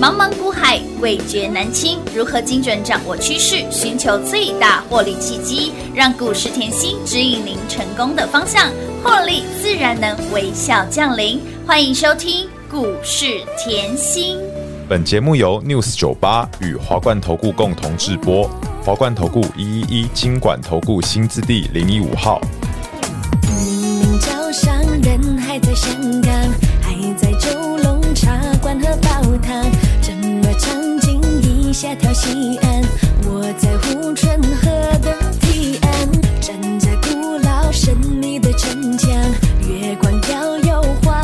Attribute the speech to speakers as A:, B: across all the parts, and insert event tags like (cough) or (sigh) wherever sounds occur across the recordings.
A: 茫茫股海，味觉难清。如何精准掌握趋势，寻求最大获利契机，让股市甜心指引您成功的方向，获利自然能微笑降临。欢迎收听股市甜心。
B: 本节目由 News 九八与华冠投顾共同制播，华冠投顾一一一金管投顾新字第零一五号。
C: 明明早上人还在香港，还在九龙茶馆喝煲汤，整个场景一下跳西安，我在护城河的堤岸，站在古老神秘的城墙，月光摇又晃，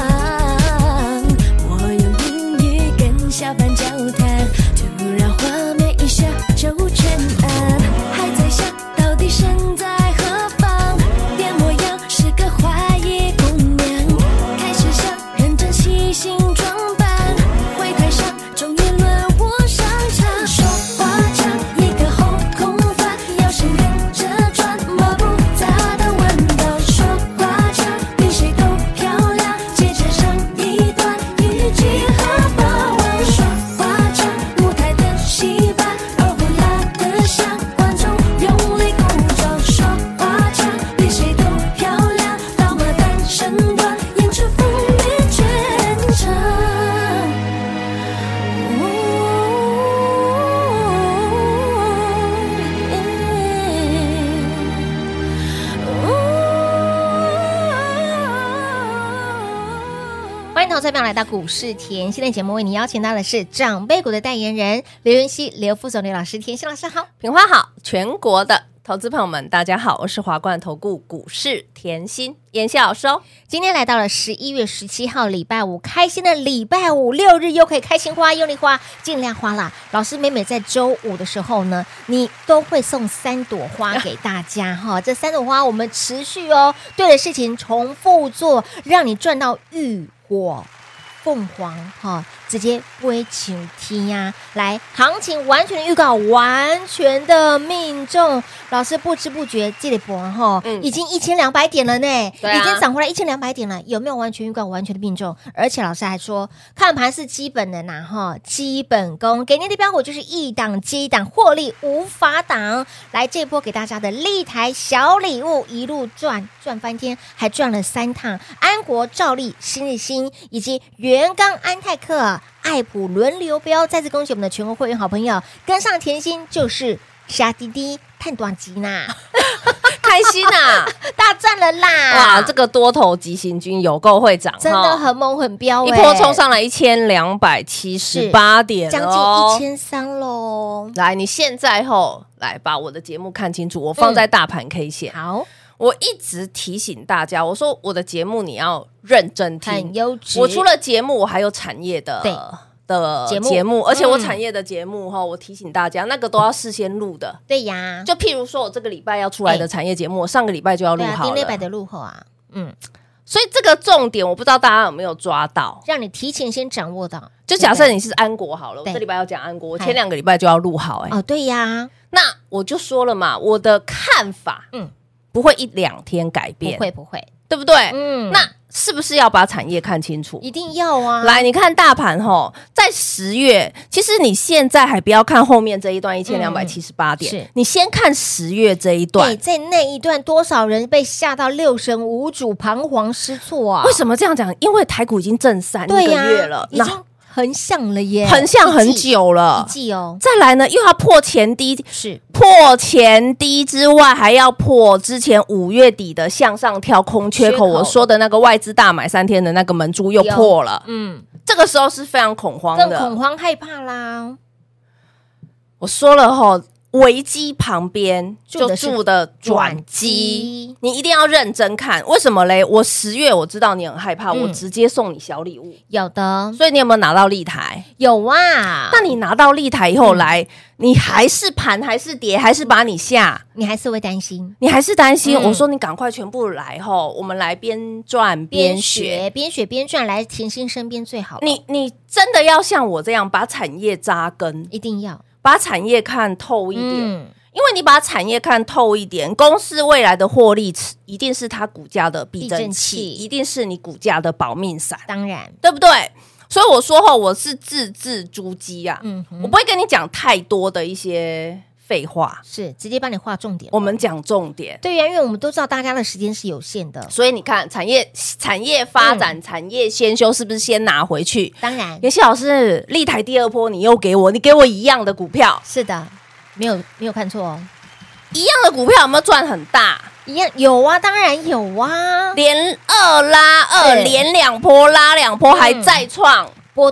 C: 我用英语跟小贩交谈，突然画面一下就全暗，还在想到底身在何方，变模样是个花衣姑娘，开始想认真细心装扮，会台上终于轮我上场，说话长一个后空翻，腰身跟着转，马步砸到弯道，说话长比谁都漂亮，接着上一段，一起和霸王说话长，舞台的戏班，欧布拉的像，观众用力鼓掌，说话长比谁都漂亮，老马单身段，演出风靡全场。
D: 欢迎投资朋友来到股市甜心的节目，为您邀请到的是长辈股的代言人刘云熙、刘副总、刘老师、甜心老师好。
E: 品花好，全国的投资朋友们，大家好，我是华冠投顾股市甜心妍希老师哦。
D: 今天来到了十一月十七号礼拜五，开心的礼拜五，六日又可以开心花、用力花，尽量花啦。老师每每在周五的时候呢，你都会送三朵花给大家哈。这三朵花我们持续哦，对的事情重复做，让你赚到浴火凤凰哈、直接微请听呀、来，行情完全的预告，完全的命中。老师不知不觉这里波哈，
E: 嗯
D: 已经一千两百点了呢，
E: 对啊
D: 已经涨回来一千两百点了，有没有完全预告，完全的命中？而且老师还说，看盘是基本的呐哈，基本功，给您的标股就是一档接一档，获利无法挡。来这波给大家的立台小礼物，一路赚赚翻天，还赚了三趟。安国、兆利、新日新以及元刚、安泰克、爱普轮流标。再次恭喜我们的全国会员好朋友，跟上甜心就是虾滴滴探短集呐，
E: 开心
D: (laughs)
E: 呐、
D: 大赚了啦！
E: 哇，这个多头急行军有够会涨，
D: 真的
E: 哈
D: 很猛很彪、欸，
E: 一波冲上来一千两百七十八点、哦，
D: 将近一。千三喽。
E: 来，你现在吼，来把我的节目看清楚，我放
D: 嗯
E: 在大盘 K 线。
D: 好，
E: 我一直提醒大家，我说我的节目你要认真听
D: 很，优质。
E: 我除了节目，我还有产业的
D: 对
E: 的
D: 节目
E: 而且我
D: 嗯
E: 产业的节目哈、我提醒大家，那个都要事先录的。
D: 对啊呀，
E: 就譬如说，我这个礼拜要出来的产业节目，我上个礼拜就要录
D: 对啊，
E: 好
D: 丁磊
E: 了
D: 百。的路后啊，嗯，
E: 所以这个重点，我不知道大家有没有抓到。
D: 让你提前先掌握到。
E: 就假设
D: 对
E: 你是安国好了，我
D: 对
E: 这礼拜要讲安国，我
D: 嗨
E: 前两个礼拜就要录好、
D: 不
E: 哎、
D: 对哦，对呀，
E: 那我就说了嘛，我的看法，
D: 嗯
E: 嗯，不会一两天改
D: 不
E: 变，
D: 会不会，
E: 对不对？
D: 嗯，
E: 那是不是要把产业看清楚？
D: 一定要啊，
E: 来，你看大盘吼，在十月，其实你现在还不要看后面这一段一千两百七十八点，
D: 是
E: 你先看十月这一
D: 对，
E: 段。
D: 哎在那一段多少人被吓到六神无主、彷徨失措啊？
E: 为什么这样讲？因为台股已经正三个
D: 对呀，
E: 月了，
D: 已经很像了耶，
E: 很像很
D: 一季
E: 久啊了
D: 一。季哦，
E: 再来呢，又要破前低，
D: 是
E: 破前低之外，还要破之前五月底的向上跳空缺
D: 缺
E: 口。
D: 口
E: 我说的那个外资大买三天的那个门柱又
D: 有
E: 破了，
D: 嗯，
E: 这个时候是非常恐慌
D: 更
E: 的。
D: 恐慌害怕啦，
E: 我说了吼，危机旁边
D: 住
E: 就
D: 的是
E: 住的转
D: 转
E: 机
D: 机，
E: 你一定要认真看。为什么嘞？我十月我知道你很害怕，
D: 嗯
E: 我直接送你小礼物。
D: 有的
E: 所以你有没有拿到立台？
D: 有啊，
E: 那你拿到立台以后
D: 嗯
E: 来，你还是盘还是跌，还是把你吓，
D: 你还是会担心。
E: 你还是担心。
D: 嗯
E: 我说你赶快全部来吼，我们来边赚边
D: 边
E: 学。嗯
D: 学边学边赚来甜心身边最好了，
E: 你你真的要像我这样把产业扎根，
D: 一定要
E: 把产业看透一点。
D: 嗯
E: 因为你把产业看透一点，公司未来的获利一定是它股价的避
D: 避
E: 震
D: 震器
E: 器，一定是你股价的保命伞，
D: 当然
E: 对不对？所以我说吼，我是字字珠玑啊，
D: 嗯哼
E: 我不会跟你讲太多的一些废话，
D: 是直接帮你画重点。
E: 我们讲重点。
D: 对呀、因为我们都知道大家的时间是有限的，
E: 所以你看，产业产业发展、产业先修，是不是先拿回去？
D: 当然
E: 妍希老师，立台第二波你又给我，你给我一样的股票，
D: 是的，没有没有看错哦，
E: 一样的股票有没有赚很大？
D: 一样有啊，当然有啊，
E: 连二拉二，
D: 对
E: 连两波拉两波，还再创
D: 波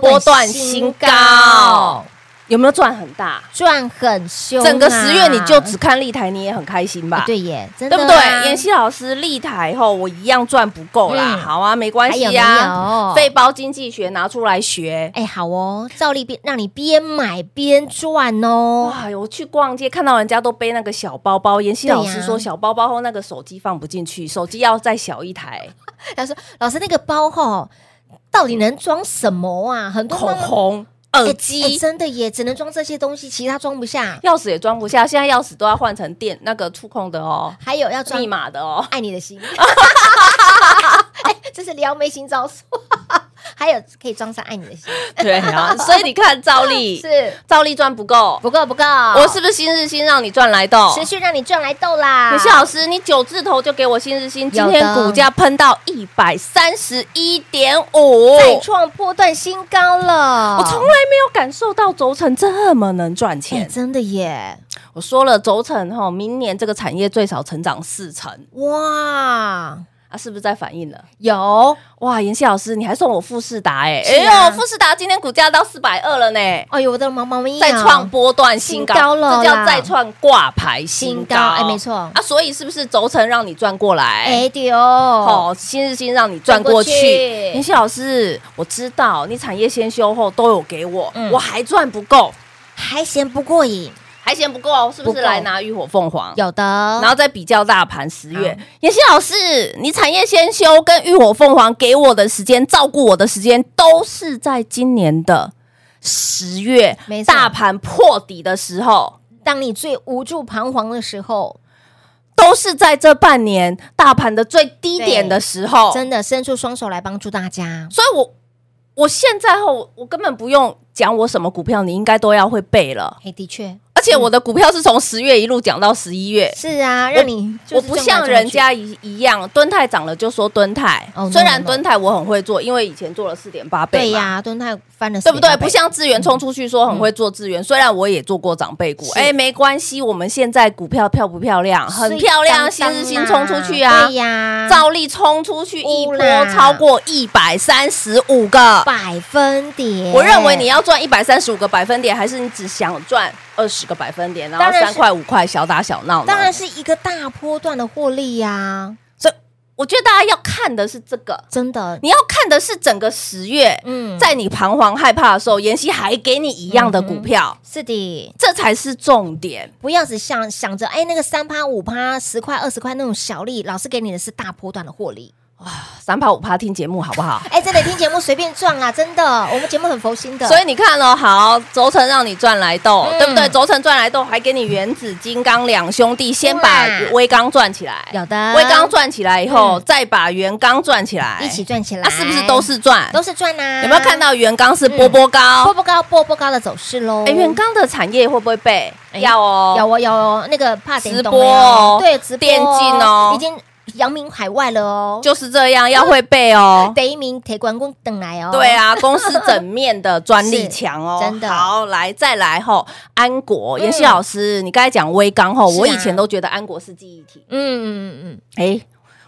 E: 有没有赚很大？
D: 赚很凶啊、
E: 整个十月你就只看立台，你也很开心吧？
D: 啊。对耶，真的
E: 对
D: 啊、
E: 不对？妍希老师立台后，我一样赚不够啦。
D: 嗯
E: 好啊，没关系
D: 还有
E: 啊
D: 没有，
E: 费包经济学拿出来学。
D: 哎，好哦，照例边让你边买边赚哦。
E: 哇！我去逛街，看到人家都背那个小包包。妍希
D: 对呀
E: 老师说，小包包后那个手机放不进去，手机要再小一台。
D: 他说：“老师，那个包吼，到底能装什么啊？很多
E: 口
D: 妈妈
E: 红、耳
D: 哎哎
E: 机、
D: 真的耶，只能装这些东西，其他装不下。
E: 钥匙也装不下，现在钥匙都要换成电那个触控的哦，
D: 还有要装
E: 密码的哦。
D: 爱你的心， (laughs) 哎，这是撩妹新招数。 (laughs) 还有可以装上爱你的心，
E: (laughs) 对啊，所以你看照例，
D: (laughs) 是
E: 照例赚不够，
D: 不够不够。
E: 我是不是新日新让你赚来的？
D: 持续让你赚来豆啦。
E: 可是老师，你九字头就给我新日新，今
D: 啊有的
E: 天股价喷到一百三十一点五，
D: 再创啊波段新高了，
E: 我从来没有感受到轴承这么能赚
D: 哎，
E: 钱。
D: 真的耶，
E: 我说了，轴承哈，明年这个产业最少成长四成
D: 哇，
E: 啊，是不是在反映了？
D: 有
E: 哇，妍希老师，你还送我富士达哎、
D: 是啊
E: 哎呦，富士达今天股价到四百二了呢，
D: 哎呦，我的毛毛咪呀
E: 再创波段新高，
D: 新高了啦
E: 这叫再创挂牌新
D: 新
E: 高，
D: 高，哎，没错，
E: 啊，所以是不是轴承让你转过来？
D: 哎对哦，
E: 哦，新日新让你转过去
D: 转过去，
E: 妍希老师，我知道你产业先修后都有给我，
D: 嗯
E: 我还赚不够，
D: 还嫌不过瘾，
E: 还嫌不够，是不
D: 不
E: 是
D: 够
E: 来拿浴火凤凰？
D: 有的，
E: 然后再比较大盘十月，妍希老师，你产业先修跟浴火凤凰给我的时间，照顾我的时间，都是在今年的十月
D: 没，错
E: 大盘破底的时候，
D: 当你最无助彷徨的时候，
E: 都是在这半年大盘的最低点的时候，
D: 真的伸出双手来帮助大家，
E: 所以我我现在后我我根本不用讲我什么股票，你应该都要会背了，
D: 哎，的确
E: 而且我的股票是从十月一路讲到十一月。
D: 是啊，让你就是
E: 我不像人家一一样，敦泰涨了就说敦泰。
D: 哦，no，
E: 虽然
D: no，no
E: 敦泰我很会做，因为以前做了四点八倍嘛
D: 对呀，蹲泰翻了
E: 对不对
D: 4.8？倍嗯
E: 不像资源冲出去说很会做资源，虽然我也做过长辈股，
D: 是
E: 哎，没关系，我们现在股票漂不漂亮？很漂亮，新日新冲出去啊
D: 对，呀，
E: 照例冲出去一
D: 乌
E: 波
D: 啦
E: 超过一百三十五个。
D: 百分点，
E: 我认为你要赚一百三十五个百分点，还是你只想赚二十个百分点，然后
D: 当然
E: 三
D: 是
E: 块五块小打小闹呢？
D: 当然，是一个大波段的获利呀，
E: 所以我觉得大家要看的是这个，
D: 真的，
E: 你要看的是整个十月，
D: 嗯，
E: 在你彷徨害怕的时候，妍希还给你一样的股票，
D: 是的。
E: 这才是重点。
D: 不要只想想着，哎，那个三趴、五趴、十块、二十块那种小利，老师给你的是大波段的获利。
E: 三趴五趴听节目好不好？
D: 哎，真的听节目随便赚啊，真的，我们节目很佛心的。
E: 所以你看哦，好，轴承让你赚来豆，
D: 嗯
E: 对不对？轴承赚来豆，还给你原子金刚两兄弟先把
D: 哇
E: 微刚赚起来，
D: 有的
E: 微刚赚起来以后，再把元刚赚嗯起来，
D: 一起赚起来，
E: 啊那是不是都是赚？
D: 都是赚啊？
E: 有没有看到元刚是波波
D: 波
E: 高？
D: 波高、波波高的走势喽？
E: 哎，元刚的产业会不会背？
D: 嗯哎
E: 要哦，
D: 有哦有哦，那个怕点动
E: 直播哦
D: 对直播哦
E: 电竞哦
D: 已经扬名海外了哦，
E: 就是这样，要会背哦。
D: 得一名铁关公等来哦。
E: 对，啊，公司整面的专利
D: (laughs) 是
E: 强哦，
D: 真的嗯
E: 好，来再来吼，安国妍希老师，你刚才讲微刚吼，
D: 是啊
E: 我以前都觉得安国是记忆体，
D: 嗯嗯嗯，
E: 哎，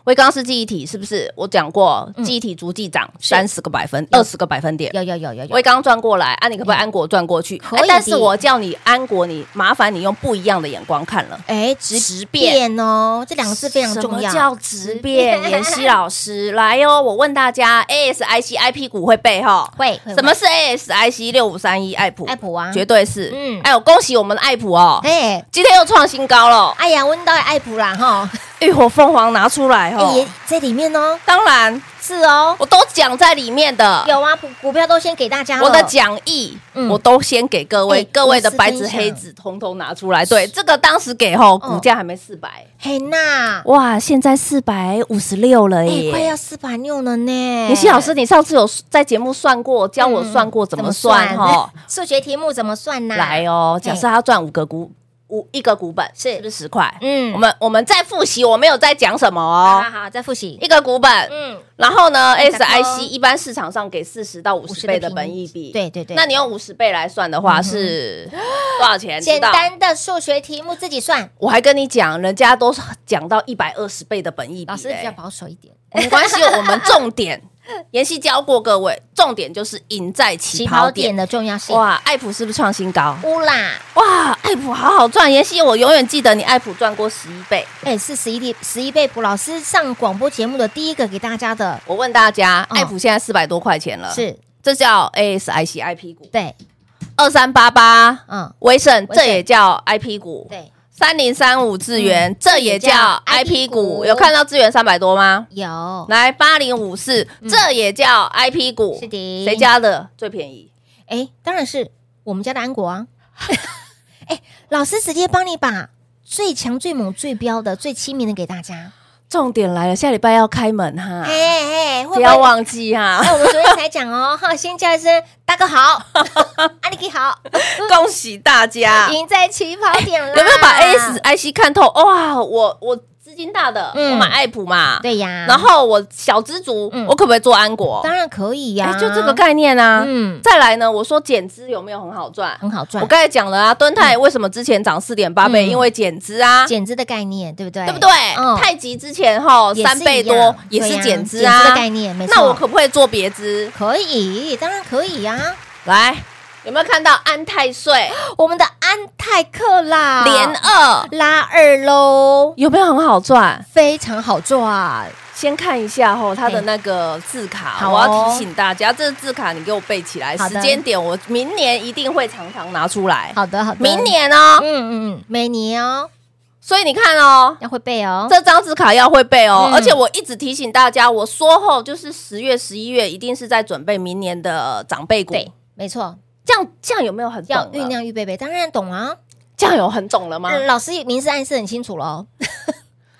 E: 微刚是记忆体，是不是？我讲过，
D: 嗯
E: 记忆体逐季涨
D: 是
E: 三十个百分，二十个百分点
D: 嗯。有有有有有，
E: 微刚转过来，啊，你可不可以安国转过去？哎
D: 可以的
E: 但是我叫你安国，你麻烦你用不一样的眼光看了。
D: 哎，直
E: 直变
D: 变哦，这两个字非常重
E: 什么
D: 要。
E: 叫直
D: (laughs)
E: 变？妍希老师来哦，我问大家，ASIC IP 股会背哈？
D: 会会
E: 什么是 ASIC 六五三一爱普？
D: 爱普啊
E: 绝对是。
D: 嗯
E: 嗯，哎呦，恭喜我们的爱普哦，
D: 哎
E: 今天又创新高了，
D: 哎呀，温到爱普啦哈，
E: 浴火凤凰拿出来
D: 哎
E: 哦
D: 也。在里面哦，
E: 当然，
D: 是哦，
E: 我都讲在里面的。
D: 有啊，股股票都先给大家了
E: 我的讲义，
D: 嗯
E: 我都先给各位，
D: 哎
E: 各位的
D: 无私分
E: 白纸
D: 享
E: 黑字通通拿出来。对，这个当时给后，
D: 嗯
E: 股价还没四百、
D: 嘿娜，
E: 哇，现在四百五十六了
D: 哎，
E: 耶！
D: 快要四百六了呢。
E: 妍希老师，你上次有在节目算过，教我
D: 嗯
E: 算过怎么算
D: (laughs)
E: 哈？？
D: 数学题目怎么算呢？
E: 来，哦，假设他赚五个股五一个股本，
D: 是
E: 是不是十块？
D: 嗯
E: 我们我们再复习，我没有在讲什么
D: 好
E: 哦
D: 好。好，再复习。
E: 一个股本，
D: 嗯，
E: 然后呢
D: 嗯打勾
E: ，SIC 一般市场上给四十到五十倍的本益比，
D: 对对对，嗯
E: 那你用五十倍来算的话是
D: (gasps)
E: 多少钱？
D: 简
E: 知道。
D: 单的数学题目自己算。
E: 我还跟你讲，人家都是讲到一百二十倍的本益比嘞，欸
D: 老师比较保守一点，
E: 没关系，我们重点， (laughs) 妍希教过各位，重点就是赢在起
D: 起
E: 跑
D: 跑
E: 点
D: 点。的重要性。
E: 哇，爱普是不是创新高？
D: 乌啦，
E: 哇，爱普好好赚，妍希，我永远记得你爱普赚过十一倍。
D: 哎，是十一倍，十一倍补。老师上广播节目的第一个给大家的，
E: 我问大家，
D: 嗯
E: 爱普现在四百多块钱了，
D: 是
E: 这叫 ASIC IP 股，
D: 对，
E: 二三八八，
D: 嗯，
E: 嗯威盛
D: 威盛
E: 这也叫 IP 股，
D: 对，
E: 三零三五智源嗯这也叫 IP 股，哦有看到智源三百多吗？
D: 有
E: 来八零五四这也叫 IP 股，
D: 是的
E: 谁家嗯的最便宜？
D: 哎，当然是我们家的安国啊。 (laughs) 哎，老师直接帮你把最强、最猛、最标的、最亲民的给大家。
E: 重点来了，下礼拜要开门哈
D: 嘿嘿，会
E: 不
D: 不
E: 要
D: 会？
E: 忘记哈。
D: 啊那我们昨天才讲哦， (laughs) 哈，先叫一声大哥好，阿力基好，
E: (laughs) 恭喜大家！
D: 赢在起跑点啦。
E: 啊有没有把 AS IC 看透？哇，我我资金大的，
D: 嗯
E: 我买爱普嘛，
D: 对呀，
E: 然后我小资族，
D: 嗯
E: 我可不可以做安国？
D: 当然可以
E: 哎
D: 呀，
E: 就这个概念啊。
D: 嗯，
E: 再来呢，我说减资有没有很好赚？
D: 很好赚
E: 我，刚才讲了啊，敦泰为什么之前涨四点八倍？
D: 嗯
E: 因为减资啊，
D: 减资的概念，对不对？
E: 对不对
D: 嗯？
E: 太极之前吼
D: 也是
E: 三倍
D: 一
E: 多
D: 样
E: 也
D: 对
E: 是
D: 呀
E: 减资
D: 减的
E: 啊，
D: 概念，没错。
E: 那我可不可以做别资？
D: 可以，当然可以呀。
E: 来，有没有看到安泰税
D: 我们的安泰克啦，
E: 连二
D: 拉二喽，
E: 有没有很好赚？
D: 非常好赚。
E: 先看一下吼、它的
D: 嘿
E: 那个字卡，
D: 好
E: 我
D: 哦
E: 要提醒大家，这个字卡你给我背起来，
D: 好
E: 时
D: 的
E: 间点我明年一定会常常拿出来。
D: 好的，好的，
E: 明，年哦，
D: 嗯嗯嗯，每年哦，
E: 所以你看哦，
D: 要会背哦。
E: 这张字卡要会背哦，
D: 嗯
E: 而且我一直提醒大家，我说后就是十月、十一月一定是在准备明年的长辈股。
D: 对，没错，
E: 这样这样有没有很懂
D: 要
E: 了
D: 酝？酿预备备，当然懂啊。
E: 这样有很懂了吗？
D: 嗯老师明示暗示很清楚喽。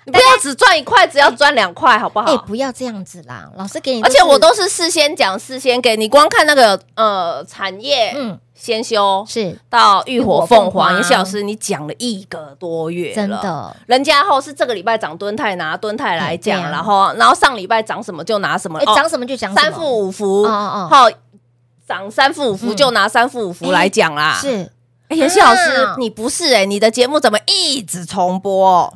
E: 你不要只赚一块，只要赚两块，好不好？
D: 哎，不要这样子啦，老师给你，
E: 啊而且我都是事先讲、事先给你，光看那个呃产业、
D: 嗯
E: 先修
D: 是
E: 到浴火
D: 浴火凤
E: 凤凰，
D: 凰
E: 严希老师你讲了一个多月了
D: 真。的，
E: 人家后是这个礼拜涨蹲泰拿蹲泰来讲，
D: 嗯对啊
E: 然后然后上礼拜涨什么就拿什么，
D: 哎，
E: 哦
D: 涨什么就讲什么
E: 三副五福，
D: 哦哦
E: 好涨三副五福
D: 嗯
E: 就拿三副五福来讲啦。，
D: 是
E: 哎，妍希老师
D: 啊，
E: 你不是哎，你的节目怎么一直重
D: (laughs)
E: 播？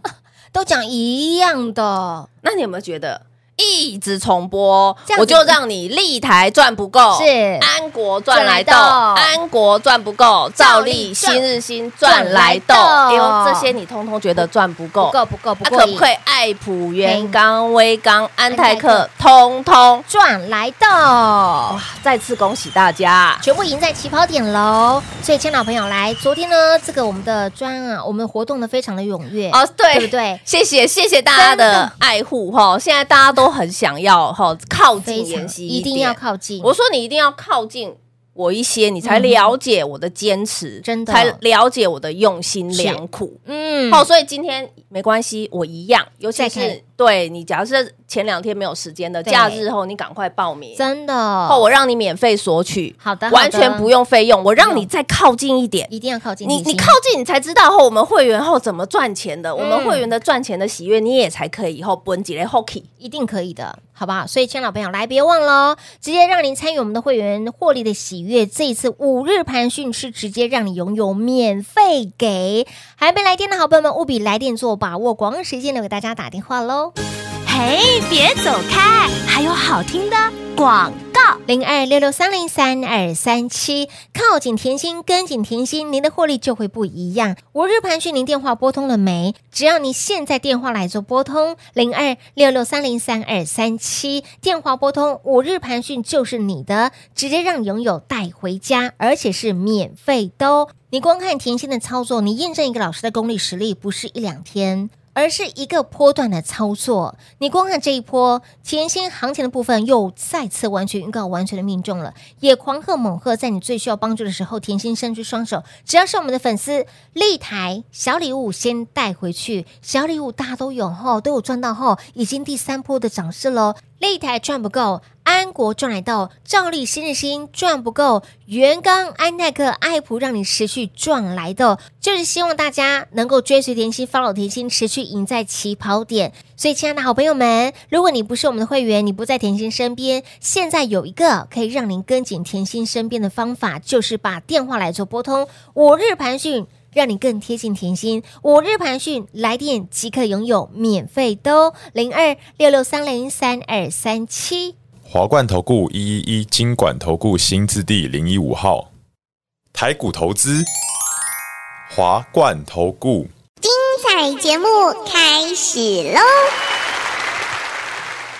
D: 都讲一样的，
E: 那你有没有觉得一直重播
D: 这样，子
E: 我就让你立台赚不够，
D: 是
E: 安国赚来豆，
D: 哎赚来豆
E: 安国赚不够，
D: 照
E: 照
D: 例
E: 例
D: 赚
E: 新日新赚来豆，
D: 赚来豆
E: 哎呦，这些你通通觉得赚不够
D: 不。够不够不
E: 啊
D: 够，
E: 可不可以爱普元刚、威刚、安泰
D: 安泰
E: 克，通通
D: 赚来的
E: 哇！再次恭喜大家！
D: 全部赢在起跑点喽！所以，亲老朋友来，昨天呢，这个我们的专啊，我们活动的非常的踊跃
E: 哦，对
D: 哎对不对？
E: 谢谢谢谢大家
D: 真的
E: 的爱护哈，现在大家都很想要哈靠
D: 非
E: 近
D: 常
E: 妍希
D: 一定
E: 点
D: 要靠近，
E: 我说你一定要靠近我一些，你才了解我的坚持，
D: 嗯真的
E: 才了解我的用心良苦。
D: 嗯，
E: 好，所以今天没关系，我一样，尤其
D: 再看
E: 是对你，假设前两天没有时间的，
D: 对
E: 假日后你赶快报名，
D: 真的
E: 后我让你免费索取，
D: 好的，
E: 完全不
D: 用，
E: 用费用，我让你再靠近一点。
D: 一定要靠近
E: 你
D: 心
E: 你靠近，你才知道后哦我们会员后怎么赚钱的，我们
D: 嗯
E: 会员的赚钱的喜悦，你也才可以以后本几类 hockey。
D: 一定可以的，好不好？所以，亲老朋友来，别忘了哦，直接让您参与我们的会员获利的喜悦。这一次五日盘讯是直接让你拥有免费给，还没来电的好朋友们，务必来电做把握，广告时间留给大家打电话喽。
C: 嘿，别走开，还有好听的广告。
D: 零二六六三零三二三七，靠近甜心，跟紧甜心，您的获利就会不一样。五日盘讯，您电话拨通了没？只要你现在电话来做拨通，零二六六三零三二三七，电话拨通，五日盘讯就是你的，直接让你拥有带回家，而且是免费的哦。你光看甜心的操作，你验证一个老师的功力实力不是一两天。而是一个波段的操作。你光看这一波前先行情的部分，又再次完全预告完全的命中了，也狂贺猛贺，在你最需要帮助的时候，甜心伸出双手。只要是我们的粉丝，立台小礼物先带回去，小礼物大家都有吼，都有赚到吼，已经第三波的涨势喽。擂台赚不够，安国赚来到，照例新日新赚不够，元刚、安泰克、爱普让你持续赚来的，就是希望大家能够追随甜心，follow 甜心，持续赢在起跑点。所以，亲爱的好朋友们，如果你不是我们的会员，你不在甜心身边，现在有一个可以让您跟紧甜心身边的方法，就是把电话来做拨通，五日盘讯。让你更贴近甜心。五日盘讯来电即可拥有免费的哦，零二六六三零三二三七。
B: 华冠投顾一一一金管投顾新字第零一五号，台股投资，华冠投顾。
F: 彩节目开始喽！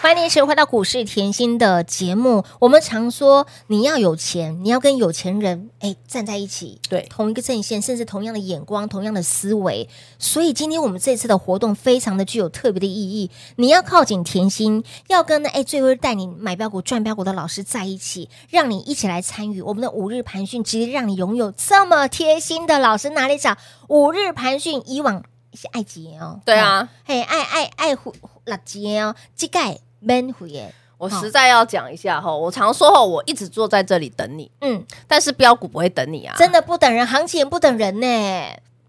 D: 欢迎您持续回到股市甜心的节目。我们常说，你要有钱，你要跟有钱人哎站在一起，
E: 对
D: 同一个阵线，甚至同样的眼光、同样的思维。所以今天我们这次的活动非常的具有特别的意义。你要靠近甜心，要跟哎最会带你买标股、赚标股的老师在一起，让你一起来参与我们的五日盘讯，直接让你拥有这么贴心的老师。哪里找五日盘讯？以往是爱杰哦，
E: 对啊，
D: 嘿，爱爱爱护垃圾哦，这盖免费的，
E: 我实在要讲一下哈，我常说吼，我一直坐在这里等你，
D: 嗯，
E: 但是标股不会等你啊，
D: 真的不等人，行情也不等人呢、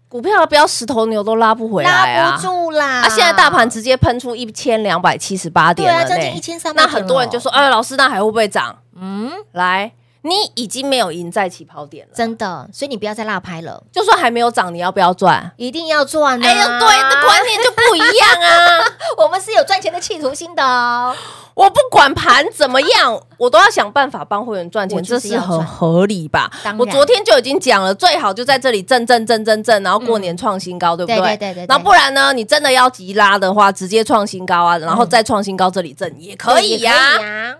E: 股票的标十头牛都拉不回来啊，
D: 拉不住啦。
E: 啊！现在大盘直接喷出一千两百七十八点了呢，
D: 对啊将近1300
E: 那很多人就说：“哎，老师，那还会不会涨？”嗯，来，你已经没有赢在起跑点了，
D: 真的，所以你不要再落拍了，
E: 就算还没有涨，你要不要赚？
D: 一定要赚、啊。
E: 哎呀，对，那观念就不一样啊！
D: 我们是有赚钱的企图心的哦。
E: 我不管盘怎么样，我都要想办法帮会员赚
D: 我
E: 钱，
D: 就
E: 这
D: 是
E: 是
D: 要
E: 很
D: 赚
E: 合理吧
D: 当？然
E: 我昨天就已经讲了，最好就在这里挣挣挣挣挣，然后过年创新高，对不对？
D: 对对对对对
E: 然后不然呢，你真的要急拉的话，直接创新高啊，然后再创新高这里挣也可以呀、
D: 对也可以啊。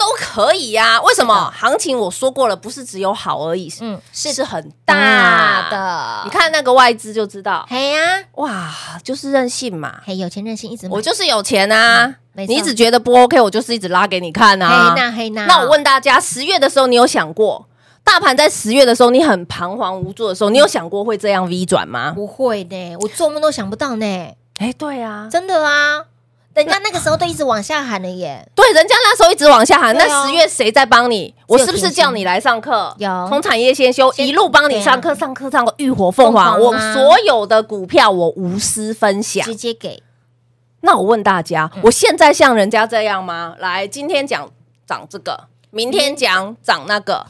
E: 都可以呀、为什么？行情我说过了，不是只有好而已，
D: 嗯
E: 嗯，是很
D: 大
E: 大。
D: 的，
E: 你，看那个外资就知道，
D: 嘿呀、
E: 哇，就是任性嘛。
D: 嘿，有钱任性，一直买
E: 我就是有钱啊，
D: 没错
E: 你一直觉得不 OK，我就是一直拉给你看啊。
D: 嘿那嘿那。
E: 那我，问大家，十月的时候你有想过，大盘在十月的时候你很彷徨无助的时候，你有想过会这样 V 转吗？
D: 不会呢，我做梦都想不到呢，
E: 哎，对啊，
D: 真的啊。人家那个时候都一直往下喊了耶，
E: (laughs) 对，人家那时候一直往下喊，
D: 对啊
E: 那十月谁在帮你？我是不
D: 甜
E: 是
D: 心
E: 叫你来上课？
D: 有
E: 从产业先修
D: 先
E: 一路帮你上
D: 对
E: 课，上课上课，浴火凤凰，
D: 凤
E: 我
D: 凰啊
E: 所有的股票我无私分享
D: 直。接给
E: 那我问大家，
D: 嗯
E: 我现在像人家这样吗？来，今天讲涨这个，明天讲涨那个。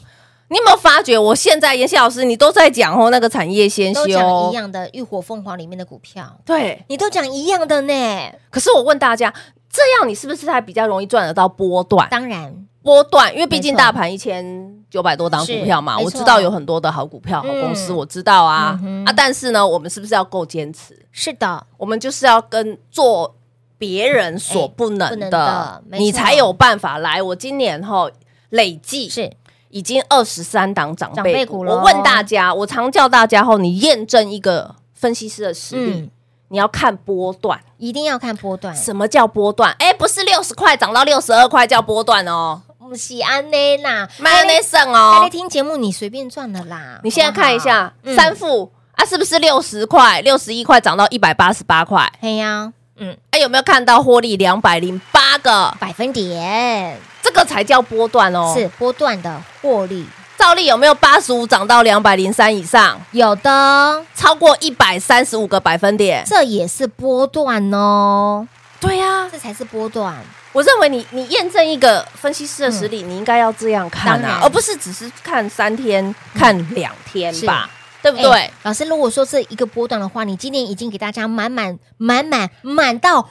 E: 你有没有发觉，我现在妍希老师，你都在讲哦，那个产业先
D: 都讲
E: 修
D: 一，样的浴火凤凰里面的股票，
E: 对。
D: 你都讲一样的呢。
E: 可是我问大家，这样你是不是才比较容易赚得到波段？
D: 当然，
E: 波段，因为毕竟
D: 没错
E: 大盘一千九百多档股票嘛，
D: 是没
E: 我
D: 错
E: 知道有很多的好股票、好公司，
D: 嗯
E: 我知道啊、
D: 嗯哼
E: 啊，但是呢，我们是不是要够坚持？
D: 是的，
E: 我们就是要跟做别人所不能
D: 哎不
E: 的，
D: 能的没错
E: 你才有办法来。我今年哈累计
D: 是
E: 已经二十三档长
D: 长
E: 辈
D: 辈股
E: 股，我
D: 咯
E: 问大家，我常叫大家后，你验证一个分析师的实力，
D: 嗯哎
E: 你要看波段。
D: 一定要看波段。
E: 什么叫波段？哎，不是六十块涨到六十二块叫波段哦，
D: 不是安内啦，
E: 慢那省
D: 还
E: 哦
D: 在。听节目，你随便赚的啦。
E: 你现在看一下
D: 好不好
E: 三，副啊，是不是六十块、六十一块涨到一百八十八块？
D: 嗯嘿呀，嗯，
E: 哎，有没有看到获利两百零八个？
D: 百分点
E: 这个才叫波段哦。
D: 是，波段的获利，
E: 照例有没有八十五涨到两百零三以上，
D: 有的，
E: 超过一百三十五个百分点？
D: 这也是波段哦，
E: 对呀、
D: 这才是波段。
E: 我认为你你验证一个分析师的实力，你应该要这样看
D: 嗯当
E: 啊
D: 然，
E: 而不是只是看三天、看两天
D: 是
E: 吧，对不对？
D: 哎老师，如果说这一个波段的话，你今天已经给大家满满满满满到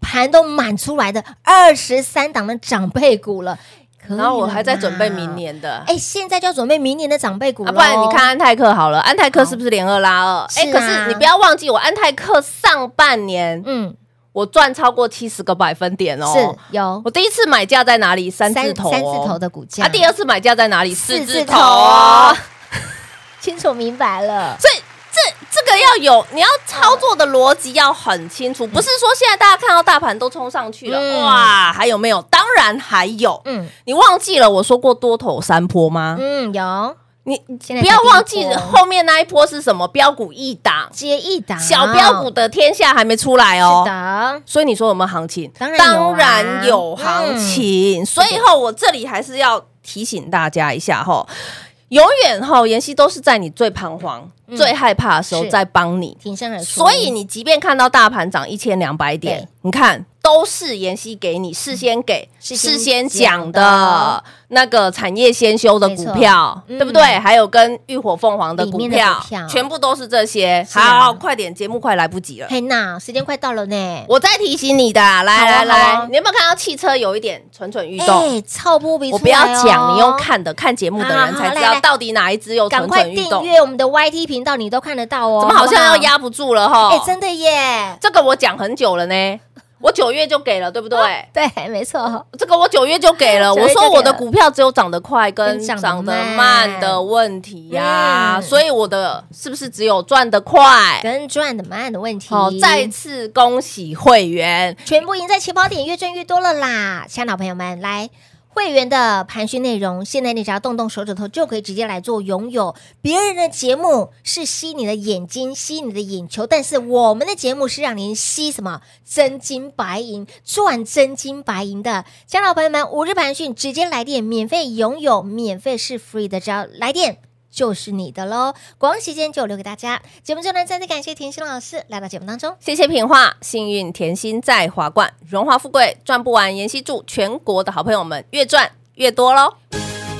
D: 盘都满出来的二十三档的长辈股了，可以
E: 然后我
D: 了
E: 还在
D: 啦
E: 准备明，年的，
D: 哎，现在就要准备明年的长辈股
E: 啊，
D: 了。哦
E: 不然你看，安泰克好了，安泰克是不是连二拉二？哎、
D: 是啊
E: 可是你不要忘记，我安泰克上半年
D: 嗯，
E: 我赚超过七十个百分点哦。
D: 是有
E: 我第一次买价在哪里？三字头、哦，
D: 三字头的股价，
E: 啊，第二次买价在哪里？
D: 四
E: 四
D: 字啊
E: 字
D: 头
E: 头
D: 哦
E: 哦。
D: 清楚明白了，
E: 所以这这个要有，你要操作的逻辑要很清楚，不是说现在大家看到大盘都冲上去了，
D: 嗯
E: 哇，还有没有？当然还有，
D: 嗯
E: 你忘记了我说过多头三波吗？
D: 嗯，有
E: 你
D: 现在
E: 不要
D: 才第一
E: 忘记
D: 波
E: 后面那一波是什么标股一档，
D: 接一档
E: 小标股的天下还没出来哦
D: 啊是。的，
E: 所以你说有没有行情？
D: 当然有啊嗯
E: 当然有行情。所以后我这里还是要提醒大家一下吼，永远吼妍希都是在你最彷徨、
D: 嗯
E: 最害怕的时候
D: 是
E: 在帮你。
D: 挺身而出。
E: 所以你即便看到大盘涨一千两百点
D: 对，
E: 你看都是妍希给你事先给、
D: 嗯事先
E: 事先
D: 讲
E: 讲
D: 的
E: 的那个产业先修的
D: 没错
E: 股票，
D: 嗯
E: 对不对？还有跟浴火凤凰的
D: 里
E: 股
D: 面的
E: 票，
D: 股票
E: 全部都是这些。
D: 是啊
E: 好，快点，节目快来不及了。
D: 嘿娜，时间快到了呢。
E: 我再提醒你的
D: 好啊
E: 啊，来来
D: 好啊
E: 来，你有没有看到汽车有一点蠢蠢欲动？
D: 哎，超波比出来哦，
E: 我不要讲，你用看的看节目的
D: 好好
E: 人才
D: 好
E: 知
D: 来
E: 道
D: 来
E: 到底哪一只有
D: 赶
E: 蠢
D: 快
E: 蠢欲
D: 订
E: 动，
D: 阅我们的 YT 频道，你都看得到哦。
E: 怎么好像要
D: 不好？
E: 压不住了哈？
D: 哎，真的耶，
E: 这个我讲很久了呢，我九月就给了，对不对？
D: (laughs) 对，没错，
E: 这个我九月就给了，
D: 啊九月
E: 我
D: 就给了
E: 说我的股票只有涨得快跟
D: 跟
E: 涨
D: 涨得
E: 得
D: 慢
E: 慢的问题呀、
D: 嗯
E: 所以我的是不是只有赚得快？
D: 跟赚的慢的问题。
E: 好，再次恭喜会员，
D: 全部赢在起跑点，越赚越多了啦！亲爱的朋友们，来会员的盘讯内容，现在你只要动动手指头就可以直接来做拥有。别人的节目是吸你的眼睛，吸你的眼球，但是我们的节目是让您吸什么真金白银，赚真金白银的。亲爱的朋友们，五日盘讯直接来电免费拥有，免费是 free 的，只要来电。就是你的喽！广告时间就留给大家。节目最后呢，再次感谢田心老师来到节目当中。
E: 谢谢品画，幸运甜心在华冠，荣华富贵赚不完。妍希祝全国的好朋友们越赚越多喽！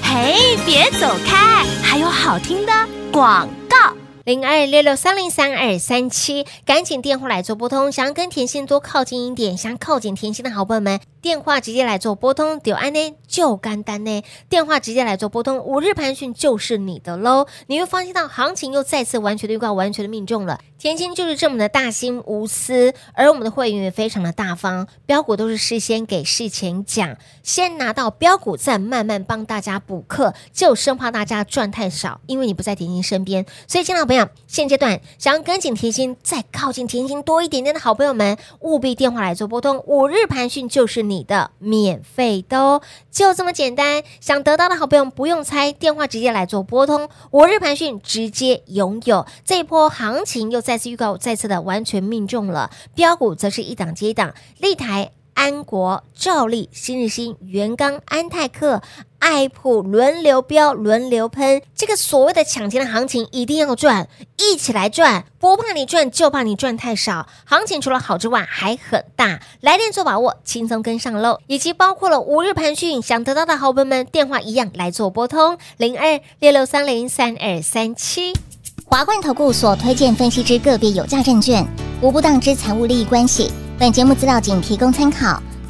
A: 嘿，别走开，还有好听的广告。
D: 零二六六三零三二三七，赶紧电话来做拨通。想要跟甜心多靠近一点，想要靠近甜心的好朋友们，电话直接来做拨通。丢安呢，就干单呢，电话直接来做拨通。五日盘讯就是你的喽，你会发现到行情又再次完全的预告，完全的命中了。甜心就是这么的大心无私，而我们的会员也非常的大方，标股都是事先给事前讲，先拿到标股再慢慢帮大家补课，就生怕大家赚太少，因为你不在甜心身边。所以，亲爱的朋友，现阶段想要跟紧甜心，再靠近甜心多一点点的好朋友们，务必电话来做拨通，五日盘讯就是你的免费的哦，就这么简单。想得到的好朋友不用猜，电话直接来做拨通，五日盘讯直接拥有。这一波行情又再次预告，再次的完全命中了，标股则是一档接一档，立台。安国、兆利、新日新、元刚、安泰克、爱普轮流飙、轮流喷，这个所谓的抢钱的行情一定要赚，一起来赚，不怕你赚，就怕你赚太少。行情除了好之外还很大，来电做把握，轻松跟上喽。以及包括了五日盘讯，想得到的好朋友们，电话一样来做拨通零二六六三零三二三七。
F: 华冠投顾所推荐分析之个别有价证券，无不当之财务利益关系。本节目资料仅提供参考，